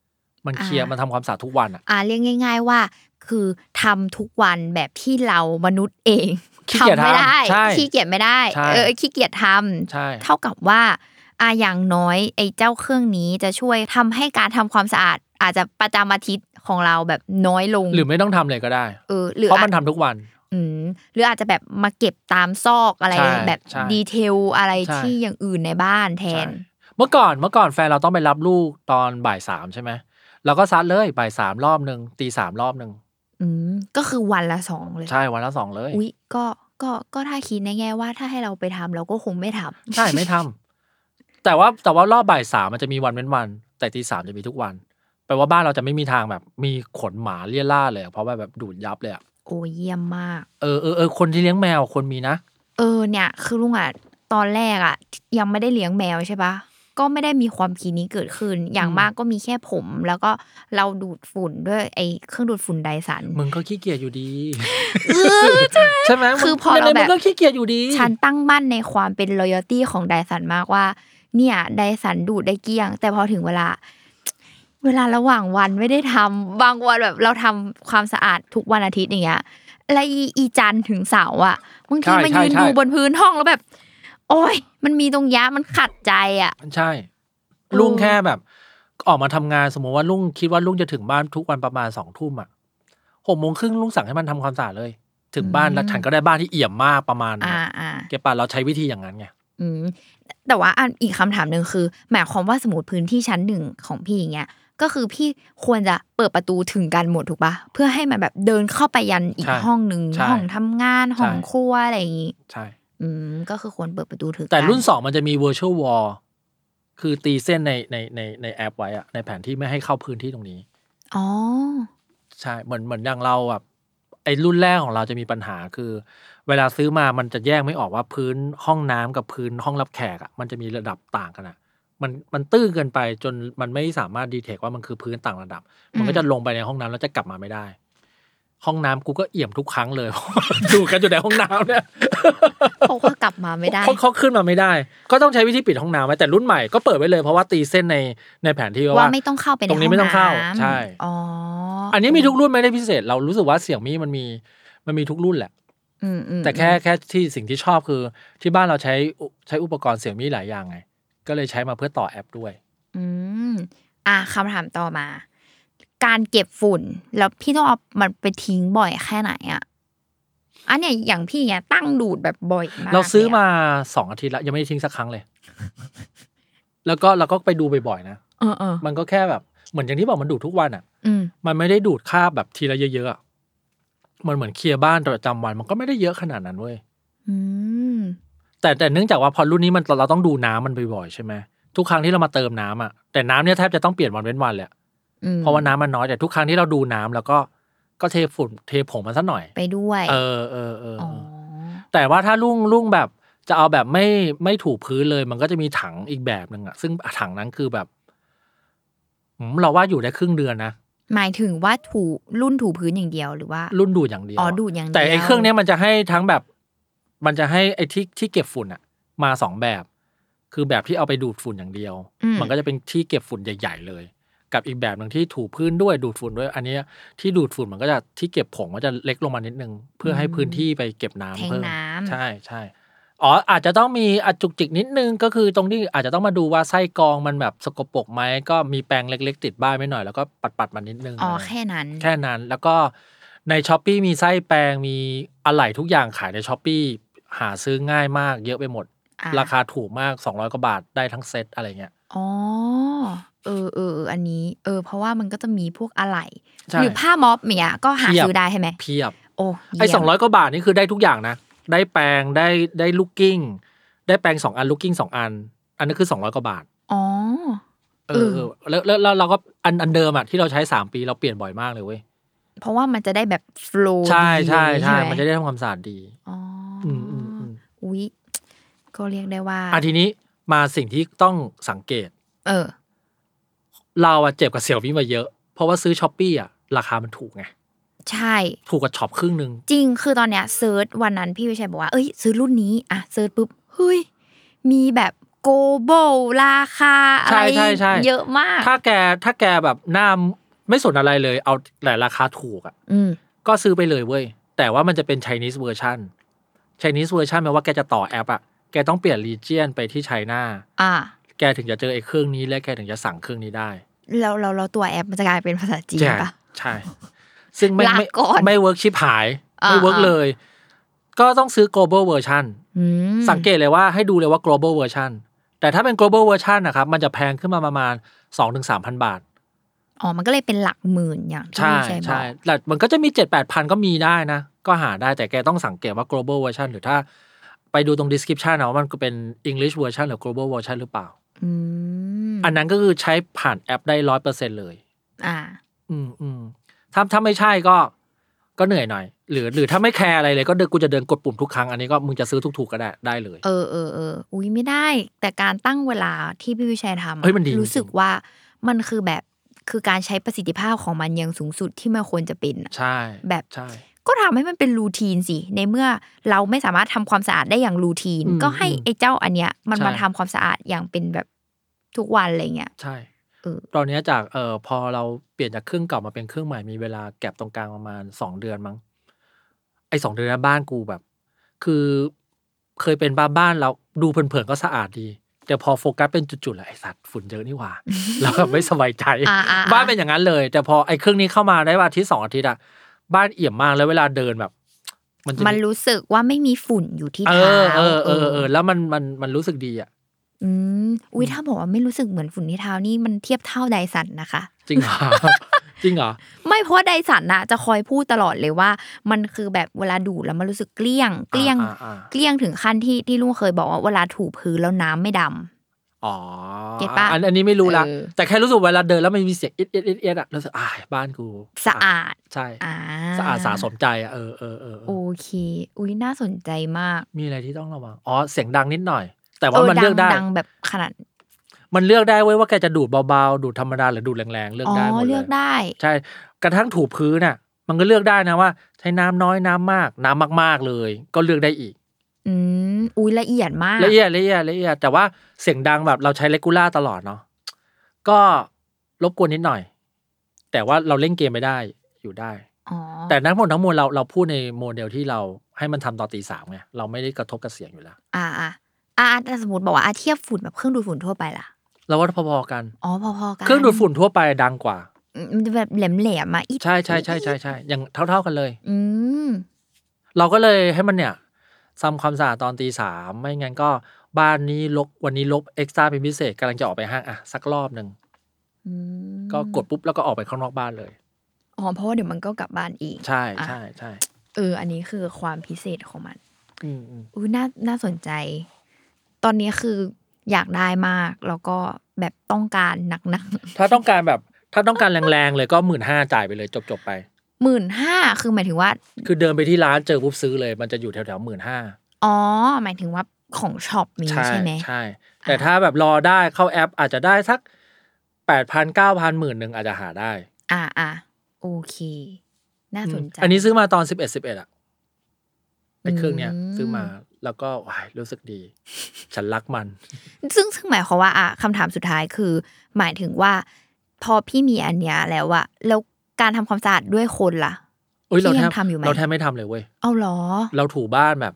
B: มันเคลียร์มันทำความสะอาดทุกวันอ่ะ
A: อ่าเรียกง่าย ๆว่า คือทำทุกวันแบบที่เรามนุษย์เอง
B: ขี้เกียจ
A: ทำไม่ได้
B: ทำใช่
A: ขี้เกียจไม่ได้
B: ใช่
A: เออขี้เกียจทำ
B: ใช่
A: เท่ากับว่าอาอย่างน้อยไอ้เจ้าเครื่องนี้จะช่วยทำให้การทำความสะอาด อาจจะประจำอาทิตย์ของเราแบบน้อยลง
B: หรือไม่ต้องทำเลยก็ได้
A: เออหรือ
B: เพราะ
A: อา
B: มัน
A: จ
B: ทำทุกวัน
A: อืมหรืออาจจะแบบมาเก็บตามซอกอะไร
B: ใช่
A: แบบ
B: ใช่
A: ดีเทลอะไร
B: ใช่
A: ที่อย่างอื่นในบ้านแทน
B: ใช่เมื่อก่อนเมื่อก่อนแฟนเราต้องไปรับลูกตอนบ่ายสามใช่ไหมเราก็ซัดเลยบ่ายสามรอบหนึ่งตีสามรอบหนึ่ง
A: อืมก็คือวันละสองเลย
B: ใช่วันละสองเลย
A: อุ๊ยก็ก็ก็ถ้าคิดในแง่ว่าถ้าให้เราไปทำเราก็คงไม่ทำ
B: ใช่ไม่ทำแต่ว่าแต่ว่ารอบบ่ายสามมันจะมีวันเว้นวัน แต่ตีสามจะมีทุกวันแปลว่าบ้านเราจะไม่มีทางแบบ มีขนหมาเลี่ยล่าเลยอะเพราะว่าแบบดูดยับเลยอะ
A: โอ้ยเยี่ยมมาก
B: เออเออเออคนที่เลี้ยงแมวควรมีนะ
A: เออเนี่ยคือลุงอ่ะตอนแรกอ่ะ ยังไม่ได้เลี้ยงแมวใช่ปะก็ไม่ได้มีความคิดนี้เกิดขึ้น อย่าง
B: อืม
A: มากก็มีแค่ผม แล้วก็เราดูดฝุ่นด้วยไอ้เครื่องดูดฝุ่นไดสัน
B: มึงก็ขี้เกียจอยู่ดี
A: เออใช่ไหม
B: ใช่ไหม
A: คือพอ
B: ยัง
A: เรา
B: ไง
A: แบบ
B: มึงก็ขี้เกียจอยู่ดี
A: ฉันตั้งมั่นในความเป็น loyalty ของไดสันมากว่า เนี่ยไดสันดูดได้เกลี้ยง แต่พอถึงเวลา เวลาระหว่างวันไม่ได้ทำบางวันแบบเราทำความสะอาดทุกวันอาทิตย์อย่างเงี้ยและอีอีจันทร์ถึงเสาร์อะบางที
B: ใช่
A: มา
B: ใช่
A: ยืน
B: ใช่
A: ดูบนพื้นห้องแล้วแบบ โอ้ยมันมีตรงยะมันขัดใจอะ
B: ใช่
A: เออ
B: ลุงแค่แบบ ออกมาทำงานสมมติว่าลุงคิดว่าลุงจะถึงบ้านทุกวันประมาณสองทุ่มอ่ะหกโมงครึ่งลุงสั่งให้มันทำความสะอาดเลย ถึงบ้านแล้วฉันก็ได้บ้านที่เอี่ยมมากประมาณ
A: อ่าอ่า
B: เก็บป่ะเราใช้วิธีอย่างนั้นไง
A: อืมแต่ว่าอันอีกคำถามหนึ่งคือ หมายความว่าสมมติพื้นที่ชั้นหนึ่งของพี่อย่างเงี้ยก็คือพี่ควรจะเปิดประตูถึงกันหมดถูกปะเพื่อให้มันแบบเดินเข้าไปยันอี
B: ใช่
A: กห้องหนึ่ง
B: ใช่
A: ห้องทำงานห้อง
B: ใช่
A: ครัวอะไรอย่างงี้
B: ใช่
A: อืมก็คือควรเปิดประตูถึงกั
B: แต่รุ่นสองมันจะมี virtual wall คือตีเส้นในในในในแอปไว้อะในแผนที่ไม่ให้เข้าพื้นที่ตรงนี้
A: อ๋อ
B: ใช่เหมือนเหมือนอย่างเราแบบไอ้รุ่นแรกของเราจะมีปัญหาคือ เวลาซื้อมามันจะแยกไม่ออกว่าพื้นห้องน้ำกับพื้นห้องรับแขกอะมันจะมีระดับต่างกันอะมันมันตื้อเกินไปจนมันไม่สามารถดีเทคว่ามันคือพื้นต่างระดับ มันก็จะลงไปในห้องน้ำแล้วจะกลับมาไม่ได้ ห้องน้ำกูก็เอี่ยมทุกครั้งเลย [laughs] ดูกันอยู่ในห้องน้ำเนี่ย
A: เพราะว่ากลับมาไม่ได้
B: เขาเขาขึ้นมาไม่ได้ ก็ต้องใช้วิธีปิดห้องน้ำไว้แต่รุ่นใหม่ก็เปิดไว้เลยเพราะว่าตีเส้นในในแผนที่
A: ว่า
B: ว่า
A: ไม่ต้องเข้าไปใน
B: ตรงนี้ไม่ต้องเข้า
A: ห้องน้ำ
B: ใช่
A: อ๋อ
B: อั
A: อั
B: นนี้มีทุกรุ่นไม่ได้พิเศษ เรารู้สึกว่าเสี่ยงมี่มันมีมันมีทุกรุ่นแหละ
A: อืมอืม
B: แต่แค่แค่ที่สิ่งที่ชอบคือ ที่บ้านเราใช้อุใช้อุปกรณ์เสี่ยงมี่หลายอย่างไง ก็เลยใช้มาเพื่อต่อแอปด้วย
A: อืมอ่ะคำถามต่อมา การเก็บฝุ่น แล้วพี่ต้องเอามันไปทิ้งบ่อยแค่ไหนอะอันเนี้ยอย่างพี่เนี้ยตั้งดูดแบบบ่อยมาก
B: เราซื้อ
A: ลยะ
B: มาสองอาทิตย์แล้วยังไม่ได้ทิ้งสักครั้งเลย [laughs] แล้วก็เราก็ไปดูบ่อยๆนะ
A: เออเออ
B: มันก็แค่แบบเหมือนอย่างที่บอกมันดูดทุกวันอ่ะ
A: อืม
B: มันไม่ได้ดูดค่าบแบบทีละเยอะๆอะมันเหมือนเคลียร์บ้านประจำวัน มันก็ไม่ได้เยอะขนาดนั้นเว้ย
A: อืม
B: แต่แต่เนื่องจากว่าพอรุ่นนี้มันเราต้องดูน้ำมันบ่อยๆใช่ไหมทุกครั้งที่เรามาเติมน้ำอ่ะแต่น้ำเนี่ยแทบจะต้องเปลี่ยนวันเว้นวันเลยอะ
A: อืม
B: เพราะว่าน้ำมันน้อยแต่ทุกครั้งที่เราดูน้ำแล้วก็ก็เทฝุ่นเทผงมันสักหน่อย
A: ไปด้วย
B: เออเออเออ
A: อ
B: แต่ว่าถ้าลุ่งลุ่งแบบจะเอาแบบไม่ไม่ถูพื้นเลย มันก็จะมีถังอีกแบบหนึ่งอ่ะซึ่งถังนั้นคือแบบอืมเราว่าอยู่ได้ครึ่งเดือนนะ
A: หมายถึงว่าถูรุ่นถูพื้นอย่างเดียวหรือว่า
B: รุ่นดูดอย่างเดียว
A: อ๋อดูดอย่างเดียว
B: แต่ไอ้เครื่องเนี้ยมันจะให้ทั้งแบบ มันจะให้ไอ้ที่ที่เก็บฝุ่นอ่ะ มาสองแบบ คือแบบที่เอาไปดูดฝุ่นอย่างเดียว
A: อื
B: มันก็จะเป็นที่เก็บฝุ่นใหญ่ ๆ เลย กับอีกแบบหนึ่งที่ถูพื้นด้วยดูดฝุ่นด้วย อันเนี้ยที่ดูดฝุ่นมันก็จะที่เก็บผงมันจะเล็กลงมานิดนึง เพื่อให้พื้นที่ไปเก็บน้ำ
A: แทง
B: เพิ่ม
A: น้ำ
B: ใช่ใช่อ๋ออาจจะต้องมีอะจุกจิกนิดนึงก็คือตรงที่อาจจะต้องมาดูว่าไส้กรองมันแบบสกปรกไหมก็มีแปรงเล็ก ๆ ติดบ้านไว้หน่อยแล้วก็ปัดๆมันนิดนึง
A: อ๋อ
B: อะไร
A: แค่นั้น
B: แค่นั้นแล้วก็ ในช้อปปีมีไส้แปลงมีอะไหล่ทุกอย่างขายในช้อปปีหาซื้อง่ายมาก เยอะไปหมด
A: อ่ะ
B: ราคาถูกมาก 200กว่าบาทได้ทั้งเซตอะไรเงี้ย
A: อ๋อเออเออเอออันนี้ เออ เพราะว่ามันก็จะมีพวกอะไหล่
B: ใช่
A: หรือผ้าม็อบเนี่ยก็หา
B: เพียบ
A: ซื้อได้ใช่ไหม
B: เพียบ
A: โอ้
B: ไอ้
A: เยี่ยม
B: สองร้อยกว่าบาทนี่คือได้ทุกอย่างนะ ได้แปรงได้ได้ลูกกิ้ง ได้แปรงสองอันลูกกิ้งสองอัน อันนั้นคือสองร้อยกว่าบาท
A: อ๋อ
B: เอ
A: เอ
B: อ
A: อ
B: เออแล้วแล้วแล้วเราก็อันอันเดิมอ่ะที่เราใช้สามปีเราเปลี่ยนบ่อยมากเลยเว้ย
A: เพราะว่ามันจะได้แบบฟลู
B: ใช่ใช่ใช่
A: ไห
B: มันจะได้ทำความสะอาดดี
A: อ๋ออ
B: อืมอืมอืม
A: อุ๊ยก็เรียกได้ว่า
B: อ่ะทีนี้มาสิ่งที่ต้องสังเกต
A: เออ
B: เราอะเจ็บกับเสี่ยวมี่มาเยอะ เพราะว่าซื้อช้อปปี้อะราคามันถูกไง
A: ใช่
B: ถูกกว่าช็อปครึ่งหนึ่ง
A: จริง คือตอนเนี้ยเซิร์ชวันนั้นพี่วิชัยบอกว่า เอ้ย ซื้อรุ่นนี้ อ่ะเซิร์ชปุ๊บ เฮ้ย มีแบบโกโบราคา อะไร
B: ใช่ใช่ใช่
A: เยอะมาก
B: ถ้าแกถ้าแกแบบหน้าไม่สนอะไรเลย เอาแต่ราคาถูกอะ
A: อืม
B: ก็ซื้อไปเลยเว้ย แต่ว่ามันจะเป็น Chinese version Chinese version แปลว่าแกจะต่อแอปอะแกต้องเปลี่ยน region ไปที่ไชน่า
A: อ่ะ
B: แกถึงจะเจอไอ้เครื่องนี้และแกถึงจะสั่งเครื่องนี้ได้
A: เราเราเราตัวแอปมันจะกลายเป็นภาษาจีน
B: ใช่
A: ปะ
B: ใช่ ซึ่งไม่
A: ลา
B: ไม่
A: ก่อน
B: ไม่เวิร์กชิบหาย
A: อ่า
B: ไม่เวิร์ก
A: อ่า
B: เลย ก็ต้องซื้อ global version
A: อืม
B: สังเกตเลยว่าให้ดูเลยว่า global version แต่ถ้าเป็น global version นะครับ มันจะแพงขึ้นมาประมาณ 2-3ถึงพันบาท
A: อ๋อ มันก็เลยเป็นหลักหมื่นอย่างที่
B: ใช่
A: พี่วิชัยบอก
B: ใช่แต่มันก็จะมี 7-8พันก็มีได้นะ ก็หาได้แต่แกต้องสังเกตว่า global version หรือถ้าไปดูตรง description นะว่ามันเป็น English version หรือ global version หรือเปล่า
A: อืม
B: อันนั้นก็คือใช้ผ่านแอปได้ร้อยเปอร์เซ็นเลย
A: อ่า
B: อืมอืมถ้าถ้าไม่ใช่ก็ก็เหนื่อยหน่อย หรือหรือถ้าไม่แคร์อะไรเลยก็เดินกูจะเดินกดปุ่มทุกครั้งอันนี้ก็มึงจะซื้อถูกๆก็ได้ได้เลย
A: เออเออเอออุ้ยไม่ได้ แต่การตั้งเวลาที่พี่วิชัยทำอะ
B: เฮ้ยมันดี
A: รู้สึก
B: จริง
A: ว่ามันคือแบบคือการใช้ประสิทธิภาพของมันอย่างสูงสุดที่มันควรจะเป็นอะ
B: ใช่
A: แบบ
B: ใช่
A: ก็ทำให้มันเป็นรูทีนสิ ในเมื่อเราไม่สามารถทำความสะอาดได้อย่างรูทีน
B: อืม
A: ก็ให้
B: อืม
A: ไอ้เจ้าอันเนี้ย มัน
B: ใช่
A: มาทำความสะอาดอย่างเป็นแบบทุกวันอะไรเงี้ย
B: ใช่
A: เออ
B: ตอนเนี้ยจากเออพอเราเปลี่ยนจากเครื่องเก่ามาเป็นเครื่องใหม่มีเวลาแก็บตรงกลางประมาณสองเดือนมั้งไอสองเดือนนั้นบ้านกูแบบ คือเคยเป็นบ้านบ้านเราดูเผินๆก็สะอาดดี แต่พอโฟกัสเป็นจุดๆแหละไอสัตว์ฝุ่นเยอะนี่หว่า [laughs] เราแบบไม่สบายใจ
A: อ่าอ่า
B: บ้านเป็นอย่างนั้นเลย แต่พอไอ้เครื่องนี้เข้ามาได้วันอาทิตย์สองอาทิตย์อะบ้านเอี่ยมมากแล้วเวลาเดินแบบ มันจะ
A: มันรู้สึกว่าไม่มีฝุ่นอยู่ที่
B: เอ
A: เท้า
B: อเออเออเออแล้วมันมันมันรู้สึกดีอะ
A: อืมอุ้ยถ้าบอกว่าไม่รู้สึกเหมือนฝุ่นที่เท้านี่มันเทียบเท่าไดสันนะคะ
B: จริงเหรอ [laughs] จริงเหรอ
A: ไม่เพราะว่าไดสันนะจะคอยพูดตลอดเลยว่า มันคือแบบเวลาดูดแล้วมันรู้สึกเกลี้ยง เกลี้ยง
B: อ่าอ่าอ่า
A: เกลี้ยงถึงขั้นที่ที่ลุงเคยบอกว่าเวลาถูพื้นแล้วน้ำไม่ดำ
B: อ๋อ
A: เก็ตปะ
B: อันอันนี้ไม่รู้ละ
A: เออ
B: แต่แค่รู้สึกเวลาเดินแล้วมันมีเสียงเอ็ดเอ็ดเอ็ดเอ็ดอะรู้สึกอ่าบ้านกู
A: สะอาด
B: ใช่
A: อ่า
B: สะอาดสะสมใจอะเออเออเออเอ
A: โอ
B: อ
A: เค อุ้ยน่าสนใจมาก
B: มีอะไรที่ต้องระวังอ๋อเสียงดังนิดหน่อย แต่ว่ามัน
A: ดั
B: เลือกได้
A: ดังแบบขนาด
B: มันเลือกได้เว้ยว่าแกจะดูดเบาๆดูดธรรมดาหรือดูดแรงๆเลือก
A: อ๋อ
B: ได้หมดเลย
A: เลือกได้
B: ใช่กระทั่งถูพื้นน่ะ มันก็เลือกได้นะว่า ใช้น้ำน้อยน้ำมาก น้ำมากๆเลย ก็เลือกได้อีก
A: อืม อุ้ยละเอียดมาก
B: ละเอียดละเอียดละเอียดแต่ว่าเสียงดังแบบเราใช้เลกูล่าตลอดเนาะก็รบกวนนิดหน่อย แต่ว่าเราเล่นเกมไม่ได้อยู่ได้
A: อ๋อ
B: แต่ทั้งหมดทั้งมวลเราเราพูดในโมเดลที่เราให้มันทำตอนตีสามไงเราไม่ได้กระทบกับเสียงอยู่แล้ว
A: อ่าอ่าอ่าแต่สมมติบอกว่าอ่ะเทียบฝุ่นแบบเครื่องดูดฝุ่นทั่วไปล่ะ
B: เราว่าพอๆกัน
A: อ๋อ พอๆกัน
B: เครื่องดูดฝุ่นทั่วไปดังกว่า
A: อืมมันจะแบบแหลมๆอ่ะอี
B: ใช่ใช่ใช่ใช่ใช่อย่างเท่า ๆกันเลย
A: อืม
B: เราก็เลยให้มันเนี่ยทำความสะอาดตอนตีสามไม่งั้นก็บ้านนี้ลกวันนี้ลบเอ็กซ์ตร้าเป็นพิเศษกำลังจะออกไปห้างอ่ะสักรอบหนึ่ง
A: อืม
B: ก็กดปุ๊บแล้วก็ออกไปข้างนอกบ้านเลย
A: อ๋อ เพราะว่าเดี๋ยวมันก็กลับบ้านอีก
B: ใช่
A: อ่ะ
B: ใช่ใช่
A: เออ อันนี้คือความพิเศษของมัน
B: อืมอืม
A: อุ้ยน่า น่าสนใจ ตอนนี้คืออยากได้มาก แล้วก็แบบต้องการหนักๆ
B: ถ้าต้องการแบบถ้าต้องการแรงๆเลยก็หมื่นห้าจ่ายไปเลยจบจบๆไป [laughs]
A: หมื่นห้าคือหมายถึงว่า
B: คือเดินไปที่ร้านเจอปุ๊บซื้อเลย มันจะอยู่แถวๆหมื่นห้า
A: อ๋อ หมายถึงว่าของช็อปนี้
B: ใช่
A: ใช่ไหม
B: ใช่ แต่ถ้าแบบรอได้เข้าแอปอาจจะได้สักแปดพันเก้าพันหมื่นหนึ่งอาจจะหาได้
A: อ่าอ่าโอเค น่าสนใจ
B: อันนี้ซื้อมาตอนสิบเอ็ดสิบเอ็ดอะ ไอ้เครื่องเนี้ย
A: อืม
B: ซื้อมาแล้วก็ว้ายรู้สึก
A: [laughs]
B: ดี ฉันรักมัน
A: ซึ่งซึ่งหมายความว่าอ่ะคำถามสุดท้ายคือ หมายถึงว่า พอพี่มีอันเนี้ยแล้วอะแล้วการทำความสะอาดด้วยคนล่ะ
B: เอ้ย
A: พี่
B: เราแท
A: ยั
B: บ
A: งทำอยู่ไหม
B: เราแทบไม่ทำเลยเว้ย
A: เอาเหรอ
B: เราถูบ้านแบบ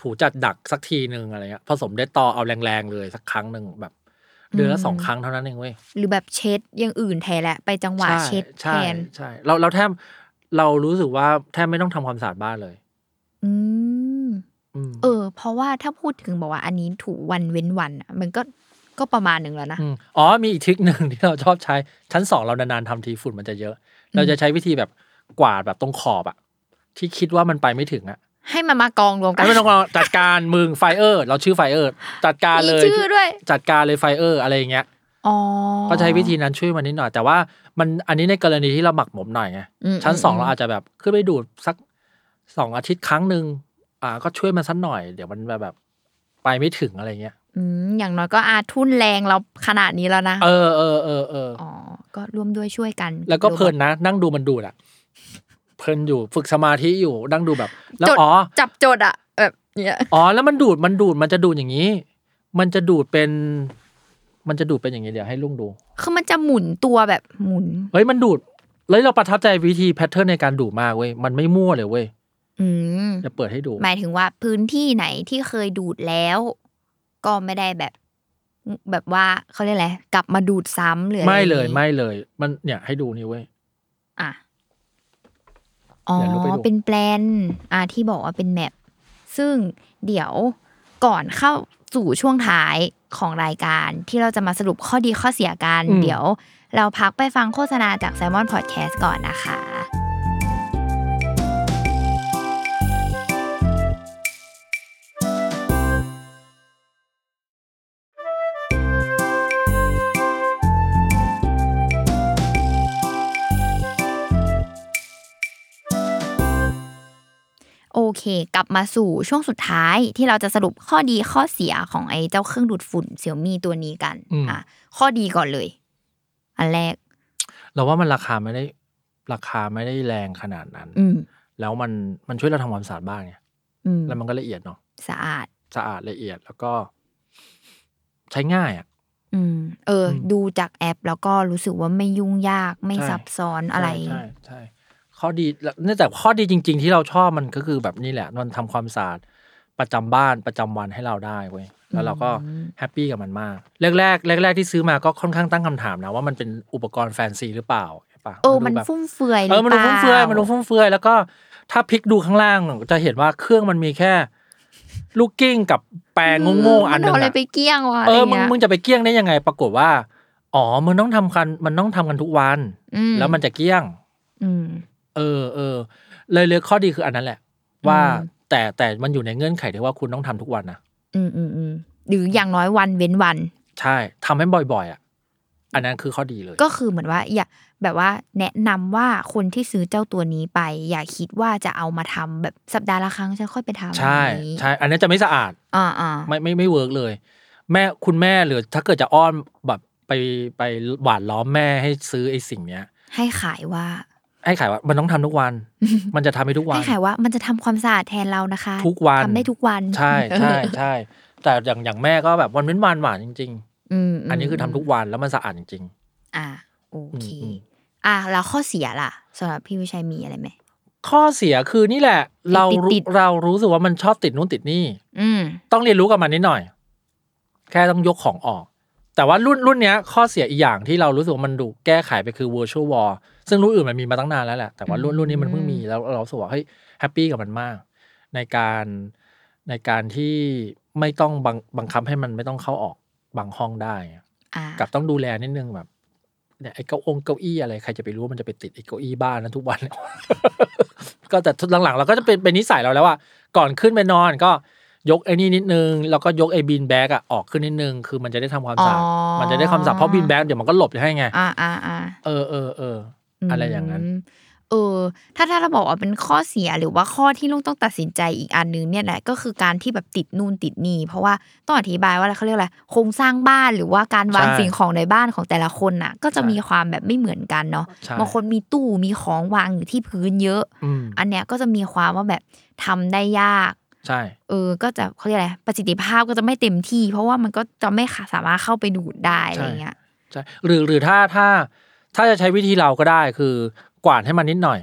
B: ถูจัดดักสักทีหนึ่งอะไรเงี้ยผสมได้ตอเอาแรงๆเลยสักครั้งหนึ่งแบบ เดือนละ
A: อืม
B: สองครั้งเท่านั้นเองเว้ย
A: หรือแบบเช็ดอย่างอื่นแทนแหละ ไปจังหวะ
B: ใช่
A: เช็ดแท
B: ใช่
A: น
B: ใช่เราเราแทบ เรารู้สึกว่าแทบไม่ต้องทำความสะอาดบ้านเลย
A: อืม
B: อืม
A: เออ เพราะว่าถ้าพูดถึงบอกว่าอันนี้ถูวันเว้นวันอะมันก็ก็ประมาณหนึ่งแล้วนะ
B: มอ๋อมีอีกทริคหนึ่ง ที่เราชอบใช้ชั้นสองเรานานๆทำทีฝุ่นมันจะเยอะ เราจะใช้วิธีแบบกวาดแบบตรงขอบอะที่คิดว่ามันไปไม่ถึงอะ
A: ให้มันมากองรวมกัน
B: ไม่ต้องรอจัดการมึงไฟเออร์ เราชื่อไฟเออร์จัดการ
A: มี
B: เลย
A: ชื่อด้วย
B: จัดการเลยไฟเออร์อะไรอย่างเงี้ย
A: อ๋อ
B: ก็ใช้วิธีนั้นช่วยมันนิดหน่อย แต่ว่ามันอันนี้ในกรณีที่เราหมักหมมหน่อยไง
A: อืม
B: ชั้นสอง
A: ม
B: เราอาจจะแบบขึ้นไปดูดสักสองอาทิตย์ครั้งหนึ่งอ่า ก็ช่วยมันสักหน่อย เดี๋ยวมันแบบแบบไปไม่ถึงอะไรเงี้ย
A: อืมอย่างน้อยก็อาทุ่นแรงเราขนาดนี้แล้วนะ
B: เออเออเออเออ
A: อ๋อ ก็ร่วมด้วยช่วยกัน
B: แล้วก็เพลิน
A: ดู
B: นะ นั่งดูมันดูดอะเพลินอยู่ฝึกสมาธิอยู่นั่งดูแบบ แล้ว
A: จด
B: อ๋อ
A: จับโจดอะแบบเนี้ย
B: อ๋อแล้วมันดูดมันดูดมันจะดูดอย่างนี้ มันจะดูดเป็น มันจะดูดเป็นอย่างนี้เดี๋ยวให้ลุงดู
A: คือมันจะหมุนตัวแบบหมุน
B: เฮ้ยมันดูดเลยเราประทับใจวิธีแพทเทิร์นในการดูดมากเว้ยมันไม่มั่วเลยเว้ย
A: อืม
B: จะเปิดให้ดู
A: หมายถึงว่าพื้นที่ไหนที่เคยดูดแล้ว ก็ไม่ได้แบบ แบบว่าเขาเรียกอะไรกลับมาดูดซ้ำหรืออะร
B: ไม่เลย
A: อางงี้
B: ไม่เลย มันเนี่ยให้ดูนี่เว้ย
A: อ่ะอ๋อ
B: เดี๋ยวเราไปดู
A: เป็นแปลนอ่ะที่บอกว่าเป็นแมปซึ่งเดี๋ยวก่อนเข้าสู่ช่วงท้ายของรายการ ที่เราจะมาสรุปข้อดีข้อเสียกัน
B: อืม
A: เดี๋ยว เราพักไปฟังโฆษณาจาก s ซ m o n Podcast ก่อนนะคะ โอเค กลับมาสู่ช่วงสุดท้ายที่เราจะสรุปข้อดีข้อเสียของไอ้เจ้าเครื่องดูดฝุ่นเสี่ยวมีตัวนี้กัน
B: อืม
A: ข้อดีก่อนเลย อันแรก
B: เราว่ามันราคาไม่ได้ราคาไม่ได้แรงขนาดนั้น
A: อืม แล้ว
B: แล้วมันมันช่วยเราทำความสะอาดบ้านไง
A: อืม
B: แล้วมันก็ละเอียดเนาะ
A: สะอาด
B: สะอาดละเอียดแล้วก็ ใช้ง่ายอ่ะ
A: อืม เอออ
B: ม
A: ดูจากแอปแล้วก็รู้สึกว่าไม่ยุ่งยากไม่
B: ใช่
A: ซับซ้อนอะไร
B: ใช่ใช่ใช่ข้อดีแล้วเนื่องจากข้อดีจริง ๆ ที่เราชอบมันก็คือแบบนี่แหละมันทำความสะอาดประจำบ้านประจำวันให้เราได้เว้ยแล้วเราก็
A: อืม
B: แฮปปี้กับมันมากแรกแรกแรกแรกๆที่ซื้อมาก็ค่อนข้างตั้งคำถามนะว่ามันเป็นอุปกรณ์แฟนซีหรือเปล่าใช่ปะ
A: เออ
B: ดู
A: มัน
B: แบบ
A: ฟุ่มเฟือยห
B: เอ
A: รือ อ
B: มัน
A: เป
B: ดู
A: ล่า
B: ฟุ่มเฟือยมันดูฟุ่มเฟือยแล้วก็ถ้าพลิกดูข้างล่างจะเห็นว่าเครื่องมันมีแค่ลูกกิ้งกับแปรงโง่ๆอันหนึง
A: มัเาอะไร
B: อะ
A: ไปเกี้ยงวะ
B: เออ
A: ไร
B: มึง
A: เงี้ย
B: มึงจะไปเกี้ยงได้ยังไง ปรากฏว่า อ๋อมึงต้องทำกันมันต้องทำกันทุกวัน
A: อื
B: แล้วมันจะเกี้ยง
A: อืม
B: เออเออเลยเลยข้อดีคืออันนั้นแหละ ว่า
A: อืม
B: แต่แต่มันอยู่ในเงื่อนไขที่ว่าคุณต้องทำทุกวันนะ
A: อืมอืมอืมหรืออย่างน้อยวันเว้นวัน
B: ใช่ทำให้บ่อยๆอ่ะอันนั้นคือข้อดีเลย
A: ก็คือเหมือนว่าอย่าแบบว่าแนะนำว่าคนที่ซื้อเจ้าตัวนี้ไป อย่าคิดว่าจะเอามาทำแบบสัปดาห์ละครั้งฉันค่อยไปทำ
B: ใช่
A: อันนี้
B: ใช่อันนี้นจะไม่สะอาด
A: อ่าอ่า
B: ไม่ไม่ไม่เวิร์กเลย แม่คุณแม่หรือถ้าเกิดจะอ้อนแบบไปไปหวานล้อมแม่ให้ซื้อไอ้สิ่งเนี้ย
A: ให้ขายว่า
B: ให้ขายว่ามันต้องทำทุก
A: [laughs]
B: วัน มันจะทำให้ทุกวัน
A: ให้ขายว่ามันจะทำความสะอาดแทนเรานะคะ
B: ทุกวัน
A: ทำได้ทุกวัน
B: ใช่
A: [laughs]
B: ใช่ใช่ แต่อย่างอย่างแม่ก็แบบวันเว้นวันหวานจริง
A: อืม
B: ๆ อันนี้คือทำทุกวันแล้วมันสะอาดจริง
A: อ่าโอเค
B: อืมอืม
A: อ่าแล้วข้อเสียล่ะสำหรับพี่วิชัยมีอะไรไหม
B: ๆ ข้อเสียคือนี่แหละ เรารู้
A: ติด
B: เรารู้สึกว่ามันชอบติดนู้นติดนี่
A: อืม
B: ต้องเรียนรู้กับมันนิดหน่อย แค่ต้องยกของออก แต่ว่ารุ่นรุ่นเนี้ยข้อเสียอีกอย่างที่เรารู้สึกว่ามันดูแก้ไขไปคือ virtual wall ซึ่งรุ่นอื่นมันมีมาตั้งนานแล้วแหละ แต่ว่ารุ่นรุ่นนี้มันเพิ่งมีแล้วเรารู้สึกว่าเฮ้ยแฮปปี้กับมันมาก ในการในการที่ไม่ต้องบังบังคับให้มันไม่ต้องเข้าออกบางห้องได้อะ
A: อ่า
B: กับต้องดูแลนิดนึงแบบเนี่ยไอ้เก้าองเก้าอี้อะไรใครจะไปรู้ว่ามันจะไปติดไอ้เก้าอี้บ้านนั้นทุกวัน [laughs] ก็แต่หลังๆเราก็จะเป็นเป็นนิสัยเราแล้วว่าก่อนขึ้นไปนอนก็ยกไอ้นี่นิดนึงแล้วก็ยกไอ้บีนแบ็กอะออกขึ้นนิดนึงคือมันจะได้ทำความสะอาด
A: อ๋อ
B: มันจะได้ความสะอาดเพราะบีนแบ็กเดี๋ยวมันก็หลบอยู่ให้ไง
A: อ่าอ่าอ่า
B: เออเออเอออะไรอย่างนั้น
A: มเออ ถ้าถ้าเราบอกว่าเป็นข้อเสียหรือว่าข้อที่ลุงต้องตัดสินใจอีกอันนึงเนี่ยแหละก็คือการที่แบบติดนู่นติดนี่เพราะว่าต้องอธิบายว่าอะไรเขาเรียกอะไรโครงสร้างบ้านหรือว่าการวาง
B: ใช่
A: สิ่งของในบ้านของแต่ละคนน่ะ ก็จะ
B: ใช่
A: มีความแบบไม่เหมือนกันเนาะ
B: ใช่
A: บางคนมีตู้มีของวางอยู่ที่พื้นเยอะ
B: อืม
A: อันเนี้ยก็จะมีความว่าแบบทำได้ยาก
B: ใช่
A: เออ ก็จะเขาเรียกอะไรประสิทธิภาพก็จะไม่เต็มที่ เพราะว่ามันก็จะไม่สามารถเข้าไปดูดได้อะไรเงี้ย
B: ใช่หรือหรือถ้าถ้าถ้าจะใช้วิธีเราก็ได้คือกวาดให้มันนิดหน่อย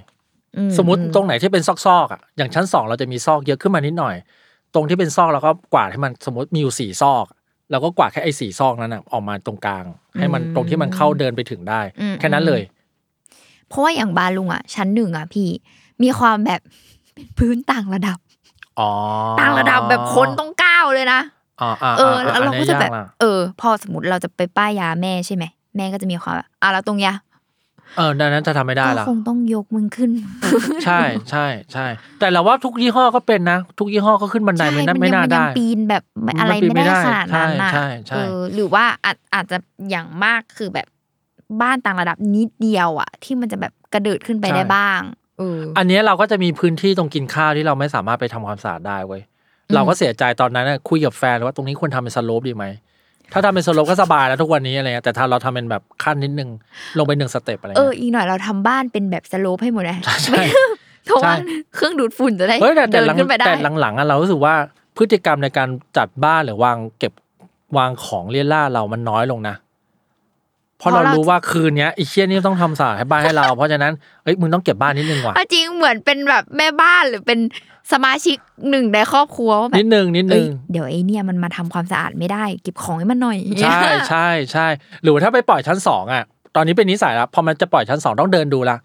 A: อื
B: สมมติตรงไหนที่เป็นซอกๆอ่ะอย่างชั้นสองเราจะมีซอกเยอะขึ้นมานิดหน่อย ตรงที่เป็นซอกเราก็กวาดให้มันสมมติมีอยู่สี่ซอกเราก็กวาดแค่ไอ้สี่ซอกนั้นอ่ะออกมาตรงกลาง ให้มันตรงที่มันเข้าเดินไปถึงได้
A: อืม
B: แค่นั้นเลย
A: เพราะว่าอย่างบานลุงอ่ะ ชั้นหนึ่งอ่ะพี่ มีความแบบเป็นพื้นต่างระดับ
B: อ๋อ
A: ต่างระดับแบบคนต้องก้าวเลยนะ
B: อ๋ออ่า
A: เออแล้วเราก็จะแบบ
B: อันนี้ยน
A: เออ พอสมมติเราจะไปป้ายยาแม่ใช่ไหม แม่ก็จะมีความแบบอ่ะแล้วตรงเนี้ยา
B: เออดังนั้นจะทำไม่ได้
A: ก็
B: ละ
A: คงต้องยกมึงขึ้น [laughs]
B: ใช่ใช่ใช่ แต่เราว่าทุกยี่ห้อก็เป็นนะ ทุกยี่ห้อก็ขึ้นบันได
A: ใช่
B: ไม่
A: มั
B: น่าน ไม่
A: ยัง
B: น่า
A: มันยั
B: ได้
A: งปีนแบบอะไร
B: มันปีนไม่
A: ไม่ได้
B: ได้
A: ขนาดนั้นน่ะ
B: ใช่ใช่ใช่
A: เออหรือว่าอาจอาจจะอย่างมากคือแบบบ้านต่างระดับนิดเดียวอ่ะ ที่มันจะแบบกระเดิดขึ้นไปได้บ้างเอออ
B: อันเนี้ยเราก็จะมีพื้นที่ตรงกินข้าวที่เราไม่สามารถไปทำความสะอาดได้เว้ย
A: อืม
B: เราก็เสียใจตอนนั้นน่ะคุยกับแฟนว่าตรงนี้ควรทำเป็นสโลปดีไหมถ้าทำเป็นสโลปก็สบายแล้วทุกวันนี้อะไรเงี้ยแต่ถ้าเราทำเป็นแบบขั้นนิดนึงลงไปหนึ่งสเต็ปอะไร
A: เออ
B: เงี้ย
A: อีกหน่อยเราทำบ้านเป็นแบบสโลปให้หมดเลย [laughs]
B: ใช่
A: เพราะว่า
B: ใช่
A: เครื่องดูดฝุ่นจะได้
B: เฮ้ยแต่แต่
A: เดิน
B: หลัง
A: ขึ้นไปได้
B: แต่หลังๆอะเรารู้สึกว่าพฤติกรรมในการจัดบ้านหรือวางเก็บวางของเลี่ยล่าเรามันน้อยลงนะเพราะ
A: เพ
B: เรา
A: ราะเรา
B: รู้ว่าคืนเนี้ยไอ้เชี่ยนี่ต้องทำสะอาดให้บ้านให้เรา เพราะฉะนั้นเอ้ยมึงต้องเก็บบ้านนิดนึงว่ะ
A: เอาจริงเหมือนเป็นแบบแม่บ้านหรือเป็นสมาชิกหนึ่งในครอบครัวว่าแบ
B: นิ
A: บ
B: ดนึงนิดนึ
A: เอ้ย
B: ง
A: เดี๋ยวไอ้เนี่ยมันมาทำความสะอาดไม่ได้ เก็บของให้มันหน่อย
B: ใช่ใช่ใช่หรือว่าถ้าไปปล่อยชั้นสองอ่ะ ตอนนี้เป็นนิสัยแล้วพอมันจะปล่อยชั้นสองต้องเดินดูละ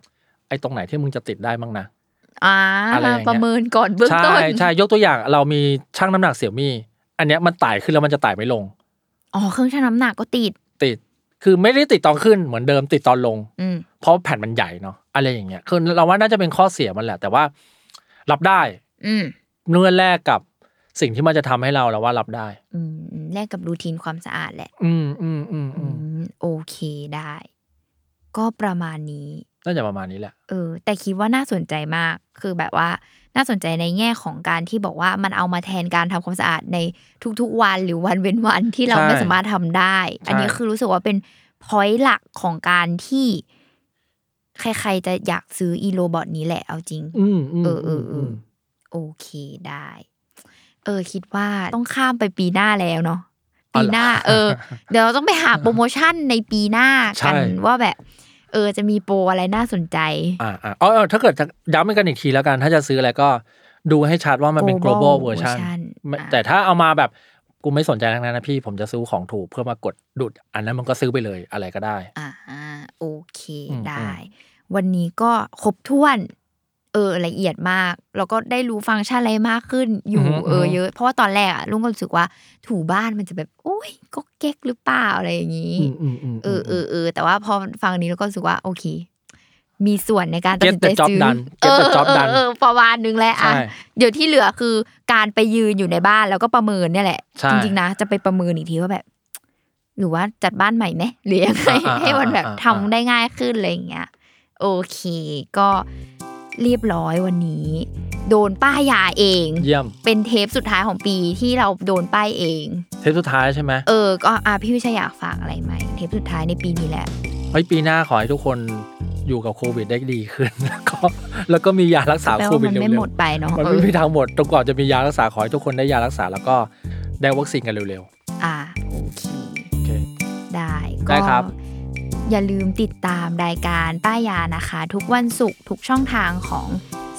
B: ไอ้ตรงไหนที่มึงจะติดได้บ้างนะ
A: อ่า
B: อะไรอย่างเงี้ย
A: ประเมินก่อนเบื้อง
B: ใช่
A: ต้น
B: ใช่ยกตัวอย่างเรามีช่างน้ำหนักเสี่ยมี่อันเนี้ยมันไต่ขึ้นแล้วมันจะไต่ไม่ลง
A: อ๋อเครื่องชั่งน้ำหนักก็ติด
B: ติด คือไม่ได้ติดตอนขึ้นเหมือนเดิมติดตอนลง
A: อืม
B: เพราะแผ่นมันใหญ่เนาะอะไรอย่างเงี้ยคือเราว่าน่าจะเป็นข้อเสียมันแหละ แต่ว่า รับได้
A: อืม
B: เมื่อแลกกับสิ่งที่มันจะทำให้เราเราว่ารับได้
A: อืมอืมแลกกับรูทีนความสะอาดแหละ
B: อืมอืมอืม
A: อื
B: อื
A: ม
B: ม
A: โอเคได้ ก็ประมาณนี้
B: น่าจะประมาณนี้แหละ
A: เออ แต่คิดว่าน่าสนใจมาก คือแบบว่าน่าสนใจในแง่ของการที่บอกว่ามันเอามาแทนการทำความสะอาดในทุกๆวันหรือวันเว้นวันที่เรา
B: ใช่
A: ไม่สามารถทำได้
B: ใช่
A: อันนี้คือรู้สึกว่าเป็นพอยต์หลักของการที่ ใครๆจะอยากซื้ออีโรบอทนี้แหละเอาจริง
B: อืมอืม
A: เออเออเออ โอเคได้ เออ คิดว่าต้องข้ามไปปีหน้าแล้วเนาะ
B: อ๋อ
A: ปี
B: เหรอ
A: หน้า เอ
B: [laughs]
A: อ เดี๋ยวเราต้องไปหาโปรโมชั่นในปีหน้ากัน
B: ใช่
A: ว่าแบบ เออ จะมีโปรอะไรน่าสนใจ
B: อ่าอ่าอ๋อเออถ้าเกิดจะย้ำกันอีกทีแล้วกัน ถ้าจะซื้ออะไรก็ดูให้ชัดว่ามันเป็น
A: Global
B: global version
A: version
B: ไม่
A: อ่ะ
B: แต่ถ้าเอามาแบบกูไม่สนใจทั้งนั้นนะพี่ผมจะซื้อของถูกเพื่อมากดดุด อันนั้นมันก็ซื้อไปเลยอะไรก็ได้
A: อ่าโอเค
B: อืม
A: ได้
B: อื
A: วันนี้ก็ครบถ้วน เออละเอียดมาก แล้วก็ได้รู้ฟังก์ชันอะไรมากขึ้นอยู่
B: อือฮึ
A: เออ
B: อฮึ
A: เยอะ เพราะว่าตอนแรกอะลุงก็รู้สึกว่าถูบ้านมันจะแบบโอ้ยก็เก๊กหรือเปล่าอะไรอย่างนี้
B: อืมอืมอืม
A: เออเออเออแต่ว่าพอฟังอันนี้แล้วก็รู้สึกว่า โอเค มีส่วนในการตัด
B: เก็ต
A: สิน
B: เด
A: ใจ
B: อะจ็อบ
A: ซื้อ
B: ดัน
A: เออ
B: เก็ตเดอะจ็อบ
A: เอ
B: ดั
A: อน เออประมาณนึงแล้วอ่ะ
B: ใช่
A: เดี๋ยวที่เหลือคือการไปยืนอยู่ในบ้านแล้วก็ประเมินเนี่ยแหละ
B: ใช่
A: จริงๆนะจะไปประเมินอีกทีว่าแบบ หรือว่าจัดบ้านใหม่ไหมหรือยังไง
B: [laughs] อ่าอ่าอ่า
A: ให้มันแบบ
B: อ่า
A: ทำ
B: อ่า
A: ได้ง่ายขึ้นอะไรอย่างเงี้ยโอเค ก็เรียบร้อยวันนี้ โดนป้ายยาเอง
B: เยี่ยม
A: เป็นเทปสุดท้ายของปีที่เราโดนป้ายเอง
B: เทปสุดท้ายใช่ไหม
A: เออ ก็อ่ะพี่วิชยอยากฝากอะไรไหมเทปสุดท้ายในปีนี้แหละ
B: เฮ้ยปีหน้าขอให้ทุกคนอยู่กับโควิดได้ดีขึ้น [laughs] แล้วก็แล้วก็มียารักษา
A: แปล
B: โค
A: ว่า
B: วิ
A: มัน
B: ดเร็ว
A: ไม่หมด
B: ๆ
A: ไปเนาะ
B: มัน
A: เอ
B: ไม่
A: อ
B: มีทางหมดจนกว่าจะมียารักษาขอให้ทุกคนได้ยารักษาแล้วก็ได้วัคซีนกันเร็ว
A: อ่าโอเค
B: ๆโอเค
A: ได้
B: ได้
A: ก็
B: ครับ
A: อย่าลืมติดตามรายการป้ายยานะคะ ทุกวันศุกร์ทุกช่องทางของ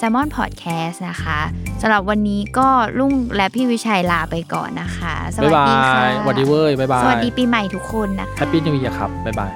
A: s ซ l m o n Podcast นะคะสำหรับวันนี้ก็ลุ่งและพี่วิชัยลาไปก่อนนะคะ ส
B: บ๊า
A: วัส
B: ยบา
A: ดีค่ะ
B: ยสวัสดีเว้ยบ๊ายบาย
A: สวัสดีปีใหม่ทุกคนนะคะ
B: แฮปปี้นิวเยียร์ครับ บ๊ายบาย